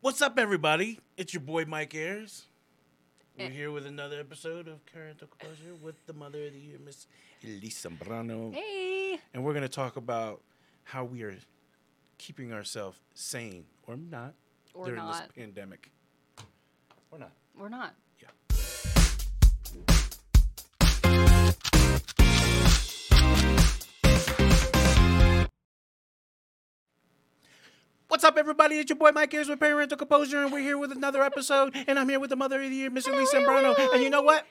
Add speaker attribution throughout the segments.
Speaker 1: What's up, everybody? It's your boy Mike Ayers. We're here with another episode of Current Enclosure with the mother of the year, Miss Elise Zambrano.
Speaker 2: Hey.
Speaker 1: And we're going to talk about how we are keeping ourselves sane or not
Speaker 2: Or
Speaker 1: during this
Speaker 2: not.
Speaker 1: pandemic. Or not.
Speaker 2: We're not.
Speaker 1: Yeah. What's up, everybody? It's your boy Mike Ayers with Parental Composure, and we're here with another episode. And I'm here with the mother of the year, Miss Elise Zambrano. And you know what?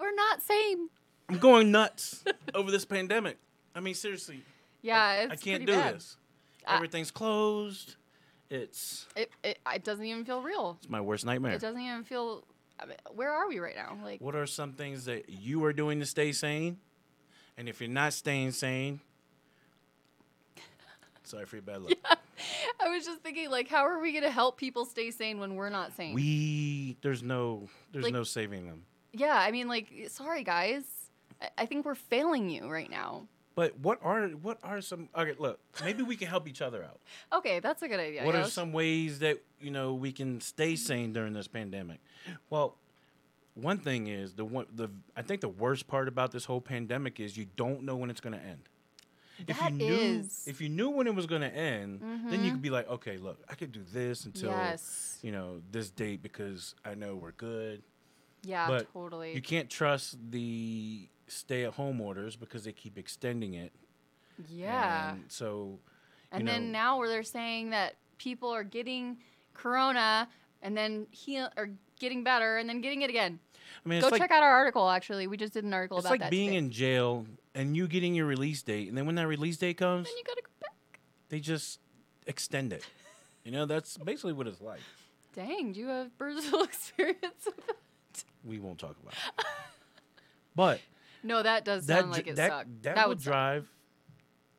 Speaker 2: We're not same.
Speaker 1: I'm going nuts over this pandemic. I mean, seriously,
Speaker 2: Yeah, it's
Speaker 1: I can't
Speaker 2: pretty
Speaker 1: do
Speaker 2: bad.
Speaker 1: this.
Speaker 2: I-
Speaker 1: Everything's closed. It's
Speaker 2: It, it it doesn't even feel real.
Speaker 1: it's my worst nightmare.
Speaker 2: It doesn't even feel. I mean, where are we right now? Like
Speaker 1: What are some things that you are doing to stay sane? And if you're not staying sane, sorry for your bad luck.
Speaker 2: I was just thinking, like, how are we gonna help people stay sane when we're not sane?
Speaker 1: We there's no there's
Speaker 2: Like-
Speaker 1: no saving them.
Speaker 2: yeah, I mean, like, sorry guys, I, I think we're failing you right now.
Speaker 1: But what are what are some okay? Look, maybe we can help each other out.
Speaker 2: Okay, that's a good idea.
Speaker 1: what
Speaker 2: Yeah,
Speaker 1: are
Speaker 2: let's-
Speaker 1: some ways that you know we can stay sane during this pandemic well one thing is the one the i think the worst part about this whole pandemic is you don't know when it's going to end if
Speaker 2: That
Speaker 1: you knew
Speaker 2: is- Mm-hmm.
Speaker 1: if you knew when it was going to end then you could be like okay look i could do this until
Speaker 2: Yes.
Speaker 1: you know this date because i know we're good
Speaker 2: Yeah,
Speaker 1: but
Speaker 2: totally.
Speaker 1: you can't trust the stay at home orders because they keep extending it
Speaker 2: yeah.
Speaker 1: and so you
Speaker 2: And
Speaker 1: know,
Speaker 2: then now where they're saying that people are getting corona and then heal or getting better and then getting it again.
Speaker 1: i mean it's
Speaker 2: Go
Speaker 1: like
Speaker 2: check out our article actually. We just did an article
Speaker 1: It's
Speaker 2: about
Speaker 1: like
Speaker 2: that.
Speaker 1: being
Speaker 2: today.
Speaker 1: in jail and you getting your release date, and then when that release date comes,
Speaker 2: Then you gotta go back.
Speaker 1: they just extend it. You know, that's basically what it's like.
Speaker 2: Dang, do you have personal experience with that?
Speaker 1: We won't talk about it. But
Speaker 2: No, that does
Speaker 1: that
Speaker 2: sound
Speaker 1: dr-
Speaker 2: like it
Speaker 1: that,
Speaker 2: sucked.
Speaker 1: that, would
Speaker 2: suck.
Speaker 1: drive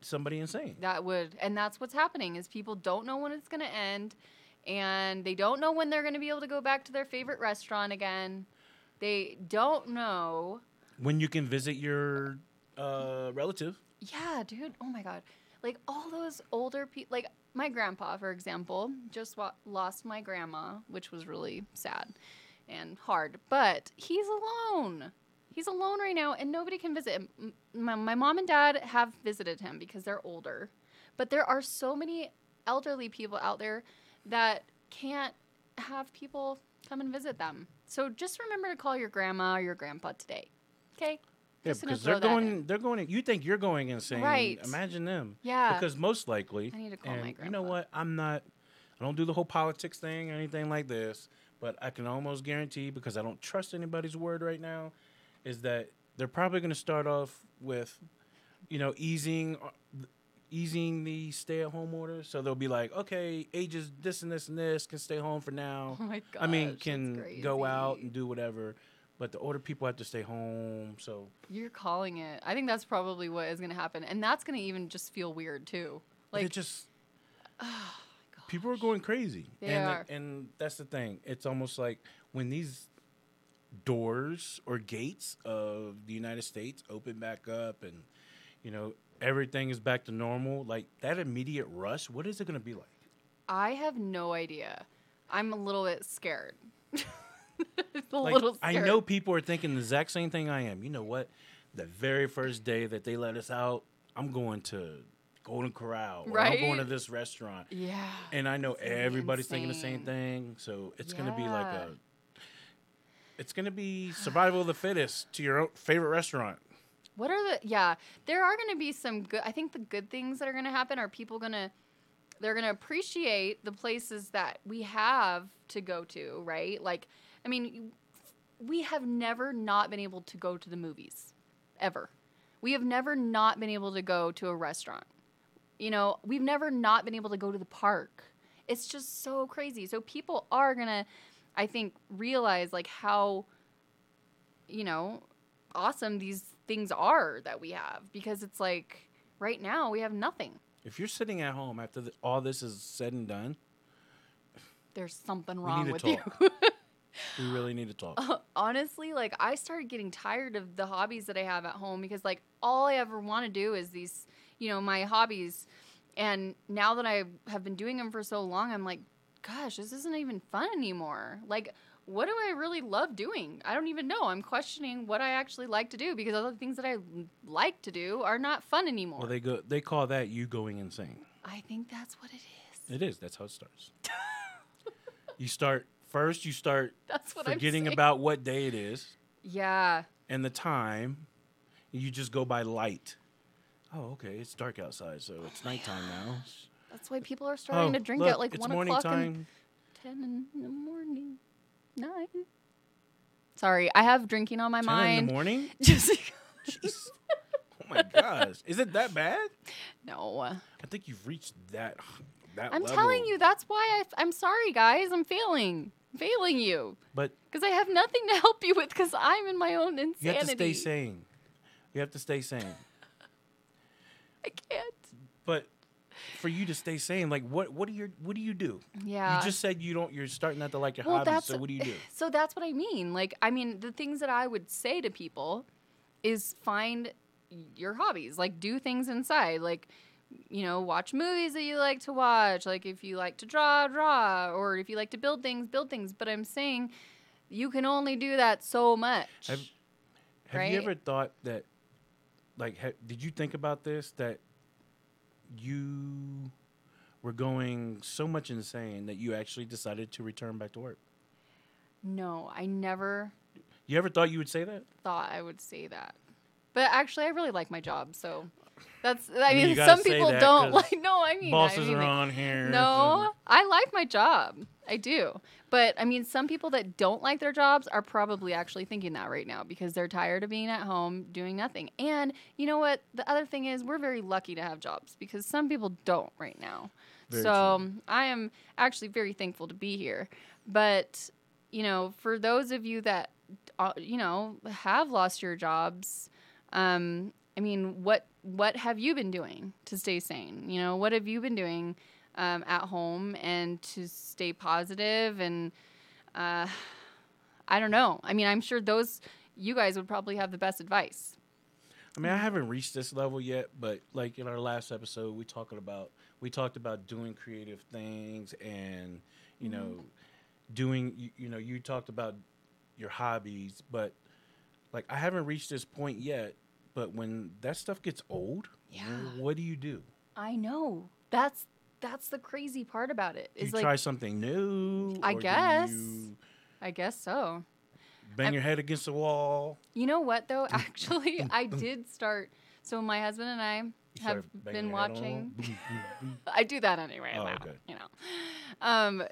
Speaker 1: somebody insane.
Speaker 2: That would, and that's what's happening is people don't know when it's gonna end, and they don't know when they're gonna be able to go back to their favorite restaurant again. They don't know.
Speaker 1: When you can visit your uh, relative,
Speaker 2: Yeah, dude. Oh my god. Like all those older people, like my grandpa, for example, just wa- lost my grandma, which was really sad and hard. But he's alone. He's alone right now, and nobody can visit him. M- My, my mom and dad have visited him because they're older, but there are so many elderly people out there that can't have people come and visit them. So just remember to call your grandma or your grandpa today. Okay.
Speaker 1: yeah,
Speaker 2: Just gonna
Speaker 1: because they're
Speaker 2: throw that
Speaker 1: going,
Speaker 2: in.
Speaker 1: they're going. You think you're going insane?
Speaker 2: Right.
Speaker 1: Imagine them.
Speaker 2: Yeah.
Speaker 1: Because most likely,
Speaker 2: I need to call
Speaker 1: and
Speaker 2: my
Speaker 1: You know
Speaker 2: grandpa.
Speaker 1: what? I'm not. I don't do the whole politics thing or anything like this, but I can almost guarantee because I don't trust anybody's word right now, is that they're probably going to start off with, you know, easing. uh, th- Easing the stay-at-home order, so they'll be like, okay, ages this and this and this can stay home for now.
Speaker 2: Oh my
Speaker 1: I mean,
Speaker 2: gosh, that's
Speaker 1: can go out
Speaker 2: crazy.
Speaker 1: and do whatever, but the older people have to stay home. So
Speaker 2: You're calling it. I think that's probably what is going to happen. And that's going to even just feel weird, too.
Speaker 1: But
Speaker 2: Like, oh,
Speaker 1: it just people are going crazy.
Speaker 2: They
Speaker 1: and
Speaker 2: are.
Speaker 1: and that's the thing. It's almost like when these doors or gates of the United States open back up and you know everything is back to normal, like that immediate rush, what is it going to be like?
Speaker 2: I have no idea. I'm a little bit scared. a
Speaker 1: Like,
Speaker 2: little
Speaker 1: I
Speaker 2: scared.
Speaker 1: know people are thinking the exact same thing I am. You know what? The very first day that they let us out, I'm going to Golden Corral. Or I'm going to
Speaker 2: Right?
Speaker 1: this restaurant.
Speaker 2: Yeah.
Speaker 1: and I know
Speaker 2: gonna be
Speaker 1: everybody's thinking the same
Speaker 2: insane.
Speaker 1: thing. So it's gonna be like
Speaker 2: Yeah.
Speaker 1: a, it's gonna be survival of the fittest to your own favorite restaurant.
Speaker 2: What are the. Yeah. There are going to be some good. I think the good things that are going to happen are people going to. They're going to appreciate the places that we have to go to, right? Like, I mean, you- we have never not been able to go to the movies, ever. We have never not been able to go to a restaurant. You know, we've never not been able to go to the park. It's just so crazy. So people are going to, I think, realize like how, you know, awesome these things are that we have because it's like right now we have nothing.
Speaker 1: If you're sitting at home after the, all this is said and done,
Speaker 2: There's something
Speaker 1: we
Speaker 2: wrong
Speaker 1: need
Speaker 2: with
Speaker 1: to
Speaker 2: you. Oh.
Speaker 1: talk. we really need to talk.
Speaker 2: honestly, like I started getting tired of the hobbies that I have at home because like all I ever want to do is these, you know, my hobbies. And now that I have been doing them for so long, I'm like, gosh, this isn't even fun anymore. Like, what do I really love doing? I don't even know. I'm questioning what I actually like to do because all the things that I l- like to do are not fun anymore.
Speaker 1: Well, they go. They call that you going insane.
Speaker 2: I think that's what it is.
Speaker 1: It is. That's how it starts. you start first. You start
Speaker 2: That's what I'm
Speaker 1: forgetting
Speaker 2: saying.
Speaker 1: about what day it is
Speaker 2: Yeah.
Speaker 1: and the time. You just go by light. Oh, okay. It's dark outside, so it's nighttime now.
Speaker 2: That's why people are starting
Speaker 1: oh,
Speaker 2: to drink
Speaker 1: look,
Speaker 2: at like
Speaker 1: it's
Speaker 2: one
Speaker 1: morning
Speaker 2: o'clock
Speaker 1: time.
Speaker 2: and ten in the morning. Nine. Sorry, I have drinking on my
Speaker 1: Ten in
Speaker 2: mind.
Speaker 1: the morning.
Speaker 2: Just
Speaker 1: Jeez. oh my gosh. Is it that bad?
Speaker 2: no.
Speaker 1: I think you've reached that that
Speaker 2: I'm
Speaker 1: level.
Speaker 2: telling you, that's why I, am sorry, guys. I'm failing, failing you,
Speaker 1: But
Speaker 2: because I have nothing to help you with, because I'm in my own insanity.
Speaker 1: you have to stay sane. You have to stay sane.
Speaker 2: I can't.
Speaker 1: But for you to stay sane, like what what do you what do you do?
Speaker 2: Yeah.
Speaker 1: You just said you don't you're starting not to like your
Speaker 2: Uh, Well,
Speaker 1: hobbies,
Speaker 2: that's-
Speaker 1: so what do you do?
Speaker 2: So that's what I mean. Like, I mean, the things that I would say to people is find your hobbies, like, do things inside, like, you know, watch movies that you like to watch, like, if you like to draw, draw, or if you like to build things, build things. But I'm saying you can only do that so much.
Speaker 1: Have, have
Speaker 2: Right?
Speaker 1: you ever thought that like ha, did you think about this that you were going so much insane that you actually decided to return back to work?
Speaker 2: no, I never
Speaker 1: You ever thought you would say that?
Speaker 2: thought I would say that. But actually, I really like my job, so that's. I,
Speaker 1: I mean,
Speaker 2: mean,
Speaker 1: you gotta
Speaker 2: some
Speaker 1: say
Speaker 2: people
Speaker 1: that
Speaker 2: don't
Speaker 1: 'cause
Speaker 2: like. No, I mean, I
Speaker 1: Bosses
Speaker 2: mean,
Speaker 1: are
Speaker 2: like,
Speaker 1: on here.
Speaker 2: No, I like my job. I do. But I mean, some people that don't like their jobs are probably actually thinking that right now because they're tired of being at home doing nothing. And you know what? The other thing is, we're very lucky to have jobs because some people don't right now.
Speaker 1: Very
Speaker 2: so um, I am actually very thankful to be here. But, you know, for those of you that, uh, you know, have lost your jobs, um, I mean, what what have you been doing to stay sane? You know, what have you been doing um, at home and to stay positive? And uh, I don't know. I mean, I'm sure those you guys would probably have the best advice.
Speaker 1: I mean, I haven't reached this level yet, but like in our last episode, we talking about we talked about doing creative things and you know
Speaker 2: Mm-hmm.
Speaker 1: doing you, you know you talked about your hobbies, but like I haven't reached this point yet. But when that stuff gets old,
Speaker 2: Yeah.
Speaker 1: what do you do?
Speaker 2: I know. That's that's the crazy part about it.
Speaker 1: Do you
Speaker 2: Is like
Speaker 1: try something new?
Speaker 2: I
Speaker 1: or do
Speaker 2: guess.
Speaker 1: you
Speaker 2: I guess so.
Speaker 1: bang
Speaker 2: I'm-
Speaker 1: your head against the wall.
Speaker 2: You know what though?
Speaker 1: Mm.
Speaker 2: Actually, I did start. So my husband and I
Speaker 1: You
Speaker 2: have
Speaker 1: start banging
Speaker 2: been
Speaker 1: your head on the wall,
Speaker 2: watching.
Speaker 1: boom, boom, boom.
Speaker 2: I do that anyway.
Speaker 1: Oh,
Speaker 2: now,
Speaker 1: okay.
Speaker 2: You know, um,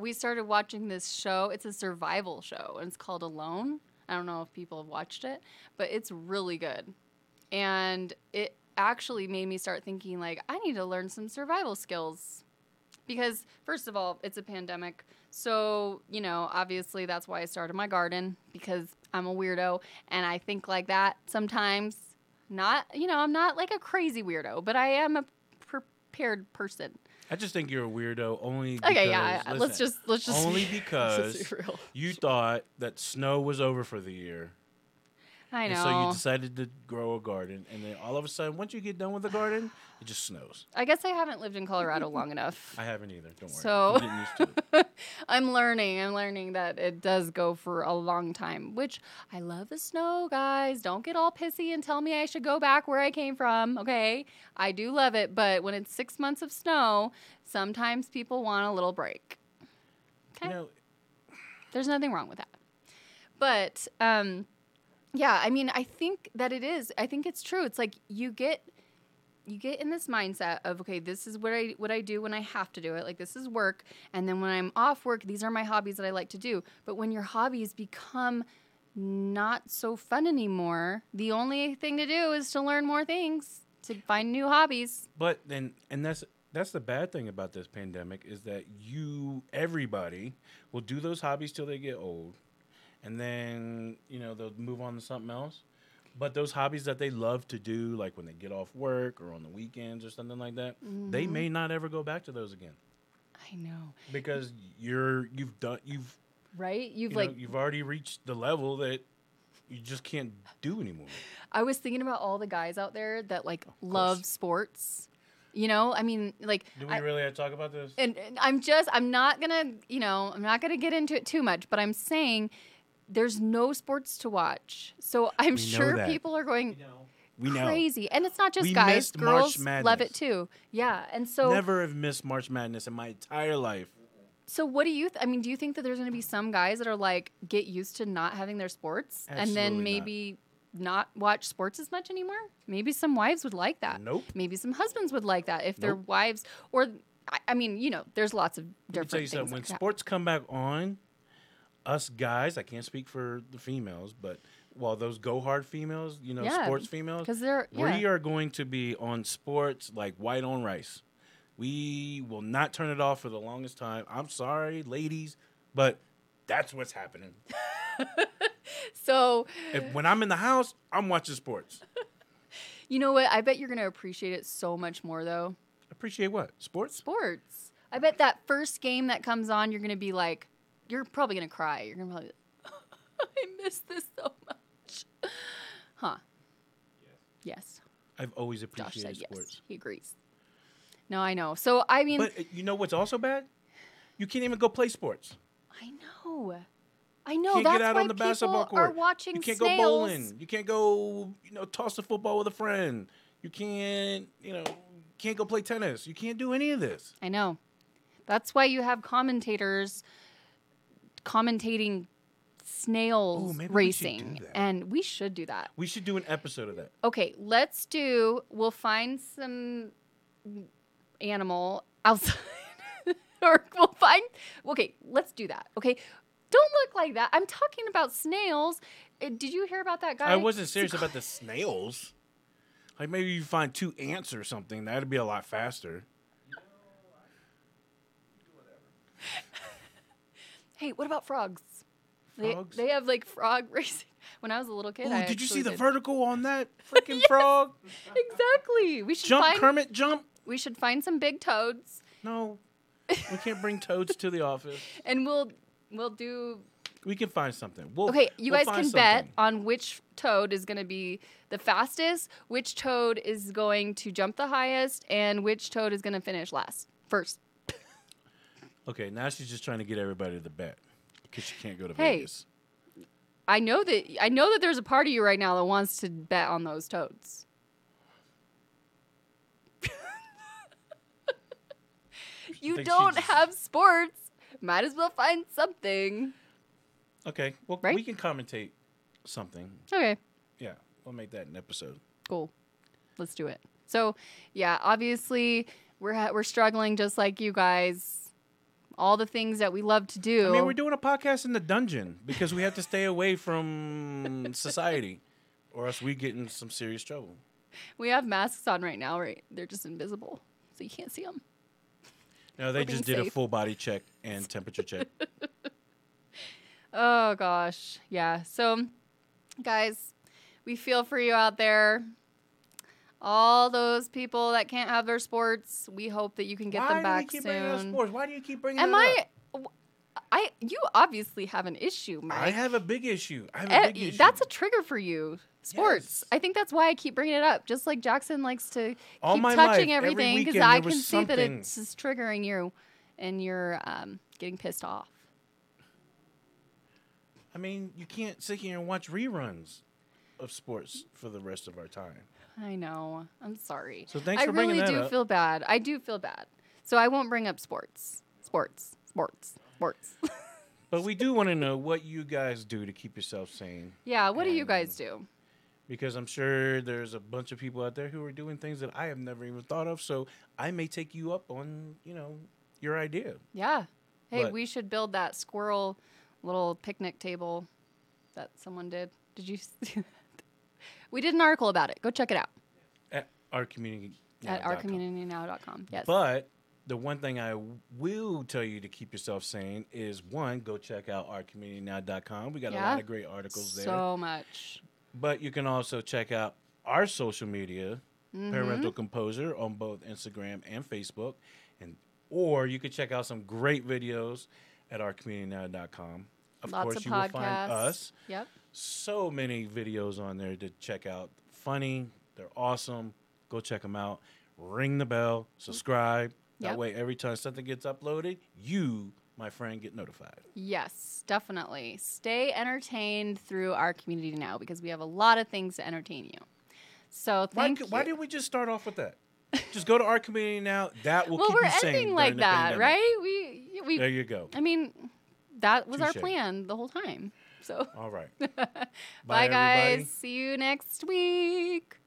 Speaker 2: we started watching this show. It's a survival show, and it's called Alone. I don't know if people have watched it, but it's really good, and it actually made me start thinking like I need to learn some survival skills because first of all it's a pandemic so you know obviously that's why i started my garden because i'm a weirdo and i think like that sometimes not you know i'm not like a crazy weirdo but i am a prepared person
Speaker 1: I just think you're a weirdo only. Because,
Speaker 2: okay yeah I- let's
Speaker 1: listen,
Speaker 2: just let's just
Speaker 1: only
Speaker 2: let's
Speaker 1: because
Speaker 2: just be real.
Speaker 1: You thought that snow was over for the year.
Speaker 2: i
Speaker 1: And so you
Speaker 2: know
Speaker 1: decided to grow a garden. And then all of a sudden, once you get done with the garden, it just snows.
Speaker 2: i guess i haven't lived in colorado long enough
Speaker 1: I haven't either. Don't worry.
Speaker 2: So-
Speaker 1: I'm getting used to it.
Speaker 2: I'm learning. I'm learning that it does go for a long time, which I love the snow, guys. Don't get all pissy and tell me I should go back where I came from, okay? I do love it, but when it's six months of snow, sometimes people want a little break.
Speaker 1: You
Speaker 2: Okay.
Speaker 1: know,
Speaker 2: There's nothing wrong with that. But um, yeah, I mean, I think that it is. I think it's true. It's like you get you get in this mindset of okay, this is what I what I do when I have to do it. Like this is work, and then when I'm off work, these are my hobbies that I like to do. But when your hobbies become not so fun anymore, the only thing to do is to learn more things, to find new hobbies.
Speaker 1: but then, and that's that's the bad thing about this pandemic is that you, everybody, will do those hobbies till they get old. And then, you know, they'll move on to something else. But those hobbies that they love to do, like when they get off work or on the weekends or something like that,
Speaker 2: Mm-hmm.
Speaker 1: they may not ever go back to those again.
Speaker 2: I know,
Speaker 1: because you're you've done you've
Speaker 2: right? You've
Speaker 1: you
Speaker 2: like
Speaker 1: know, you've already reached the level that you just can't do anymore.
Speaker 2: I was thinking about all the guys out there that like love sports. You know, I mean, like,
Speaker 1: Do we
Speaker 2: I-
Speaker 1: really have to talk about this?
Speaker 2: and, and I'm just, I'm not gonna, you know, I'm not gonna get into it too much, but I'm saying there's no sports to watch, so I'm
Speaker 1: know
Speaker 2: sure
Speaker 1: that.
Speaker 2: people are going
Speaker 1: we know.
Speaker 2: crazy, and it's not just
Speaker 1: We
Speaker 2: guys,
Speaker 1: missed March
Speaker 2: girls love
Speaker 1: Madness.
Speaker 2: it too. Yeah, and so,
Speaker 1: Never have missed March Madness in my entire life.
Speaker 2: so what do you? Th- I mean, do you think that there's gonna be some guys that are like get used to not having their sports, and
Speaker 1: Absolutely
Speaker 2: then
Speaker 1: not.
Speaker 2: maybe not. watch sports as much anymore? Maybe some wives would like that.
Speaker 1: Nope.
Speaker 2: Maybe some husbands would like that if their
Speaker 1: Nope.
Speaker 2: wives or. I- I mean, you know, there's lots of
Speaker 1: Let me
Speaker 2: different
Speaker 1: tell you
Speaker 2: things.
Speaker 1: something. When
Speaker 2: that can happen.
Speaker 1: sports come back on, us guys, I can't speak for the females, but while those go hard females, you know,
Speaker 2: Yeah,
Speaker 1: sports females,
Speaker 2: Because they're yeah.
Speaker 1: we are going to be on sports like white on rice. We will not turn it off for the longest time. I'm sorry, ladies, but that's what's happening.
Speaker 2: so
Speaker 1: if, when I'm in the house, I'm watching sports.
Speaker 2: you know what? I bet you're gonna appreciate it so much more though.
Speaker 1: Appreciate what? Sports?
Speaker 2: Sports. I bet that first game that comes on, you're gonna be like, you're probably gonna cry. You're gonna probably, I miss this so much, huh? Yes.
Speaker 1: I've always
Speaker 2: Josh
Speaker 1: appreciated
Speaker 2: said
Speaker 1: sports.
Speaker 2: yes. He agrees. No, I know. So I mean,
Speaker 1: But uh, you know what's also bad? You can't even go play sports.
Speaker 2: I know. I know.
Speaker 1: can't
Speaker 2: that's
Speaker 1: get out
Speaker 2: why
Speaker 1: on the
Speaker 2: people
Speaker 1: basketball court.
Speaker 2: are watching
Speaker 1: you can't
Speaker 2: snails.
Speaker 1: go bowling. You can't go, you know, toss the football with a friend. You can't, you know, can't go play tennis. You can't do any of this.
Speaker 2: I know. That's why you have commentators commentating
Speaker 1: Ooh,
Speaker 2: snails
Speaker 1: maybe we should do
Speaker 2: racing.
Speaker 1: that.
Speaker 2: And we should do that.
Speaker 1: We should do an episode of that.
Speaker 2: Okay, let's do we'll find some animal outside. or we'll find Okay, let's do that. Okay. Don't look like that. I'm talking about snails. Uh, Did you hear about that guy?
Speaker 1: I wasn't serious about the snails. Like maybe you find two ants or something. That'd be a lot faster.
Speaker 2: Hey, what about frogs? They,
Speaker 1: Frogs?
Speaker 2: they have like frog racing. When I was a little kid,
Speaker 1: Ooh,
Speaker 2: I
Speaker 1: did you see
Speaker 2: actually
Speaker 1: the
Speaker 2: did.
Speaker 1: vertical on that freaking frog?
Speaker 2: Exactly. We should
Speaker 1: Jump,
Speaker 2: find
Speaker 1: Kermit, jump.
Speaker 2: we should find some big toads
Speaker 1: No, we can't bring toads to the office.
Speaker 2: and we'll we'll do
Speaker 1: We can find something. We'll,
Speaker 2: okay you
Speaker 1: we'll
Speaker 2: guys
Speaker 1: find
Speaker 2: can bet
Speaker 1: something.
Speaker 2: on which toad is going to be the fastest which toad is going to jump the highest and which toad is going to finish last first
Speaker 1: Okay, now she's just trying to get everybody to bet because she can't go to
Speaker 2: Hey.
Speaker 1: Vegas.
Speaker 2: i know that i know that there's a part of you right now that wants to bet on those toads you
Speaker 1: think she
Speaker 2: don't
Speaker 1: just-
Speaker 2: have sports might as well find something
Speaker 1: Okay, well,
Speaker 2: Right?
Speaker 1: we can commentate something.
Speaker 2: okay
Speaker 1: Yeah, we'll make that an episode.
Speaker 2: Cool. Let's do it. So, yeah, obviously we're ha- we're struggling just like you guys. All the things that we love to do.
Speaker 1: I mean, we're doing a podcast in the dungeon because we have to stay away from society, or else we get in some serious trouble.
Speaker 2: we have masks on right now, right? They're just invisible, so you can't see them.
Speaker 1: No, they
Speaker 2: We're
Speaker 1: just
Speaker 2: being
Speaker 1: did a
Speaker 2: safe.
Speaker 1: full body check and temperature check.
Speaker 2: Oh gosh, yeah. So, guys, we feel for you out there. All those people that can't have their sports, we hope that you can get
Speaker 1: Why
Speaker 2: them
Speaker 1: do we
Speaker 2: back
Speaker 1: keep bringing up
Speaker 2: soon.
Speaker 1: sports? Why do you keep bringing
Speaker 2: Am
Speaker 1: it
Speaker 2: I?
Speaker 1: up?
Speaker 2: w- I you obviously have an issue, Mike.
Speaker 1: I have a big issue. I have a
Speaker 2: Eh,
Speaker 1: big issue.
Speaker 2: that's a trigger for you. Sports.
Speaker 1: Yes.
Speaker 2: I think that's why I keep bringing it up. Just like Jackson likes to
Speaker 1: All
Speaker 2: keep
Speaker 1: my
Speaker 2: touching
Speaker 1: life, every
Speaker 2: everything because
Speaker 1: weekend
Speaker 2: I
Speaker 1: there
Speaker 2: can
Speaker 1: was
Speaker 2: see that
Speaker 1: something.
Speaker 2: it's just triggering you, and you're um, getting pissed off.
Speaker 1: I mean, you can't sit here and watch reruns of sports for the rest of our time.
Speaker 2: I know. I'm sorry.
Speaker 1: So thanks
Speaker 2: I
Speaker 1: for
Speaker 2: really
Speaker 1: bringing that
Speaker 2: do
Speaker 1: up.
Speaker 2: feel bad. I do feel bad. So I won't bring up sports. Sports. Sports. Sports.
Speaker 1: But we do want to know what you guys do to keep yourself sane.
Speaker 2: yeah. What do you
Speaker 1: Um,
Speaker 2: guys do?
Speaker 1: because I'm sure there's a bunch of people out there who are doing things that I have never even thought of. So I may take you up on, you know, your idea.
Speaker 2: Yeah. Hey,
Speaker 1: but-
Speaker 2: we should build that squirrel little picnic table that someone did. Did you? See that? We did an article about it. Go check it out.
Speaker 1: At our community.
Speaker 2: at ourcommunitynow.com. Yes.
Speaker 1: But the one thing I will tell you to keep yourself sane is one, go check out ourcommunitynow.com. We got a
Speaker 2: Yeah.
Speaker 1: lot of great articles there.
Speaker 2: so much.
Speaker 1: But you can also check out our social media,
Speaker 2: Mm-hmm.
Speaker 1: Parental Composer, on both Instagram and Facebook. And or you could check out some great videos at ourcommunitynow.com. Of
Speaker 2: Lots
Speaker 1: course
Speaker 2: of
Speaker 1: you
Speaker 2: podcasts.
Speaker 1: will find us.
Speaker 2: Yep.
Speaker 1: so many videos on there to check out. Funny, they're awesome. Go check them out. ring the bell, subscribe. That
Speaker 2: Yep.
Speaker 1: way, every time something gets uploaded, you, my friend, get notified.
Speaker 2: Yes, definitely. Stay entertained through our community now because we have a lot of things to entertain you. So
Speaker 1: Why,
Speaker 2: thank
Speaker 1: c-
Speaker 2: you.
Speaker 1: why did we just start off with that? Just go to our community now. That will
Speaker 2: well,
Speaker 1: keep
Speaker 2: we're
Speaker 1: you sane
Speaker 2: ending
Speaker 1: during
Speaker 2: like
Speaker 1: the
Speaker 2: that,
Speaker 1: pandemic.
Speaker 2: right? We
Speaker 1: There
Speaker 2: we.
Speaker 1: you go.
Speaker 2: I mean, that was our
Speaker 1: Touche.
Speaker 2: plan the whole time. So
Speaker 1: All right.
Speaker 2: bye,
Speaker 1: everybody.
Speaker 2: guys. See you next week.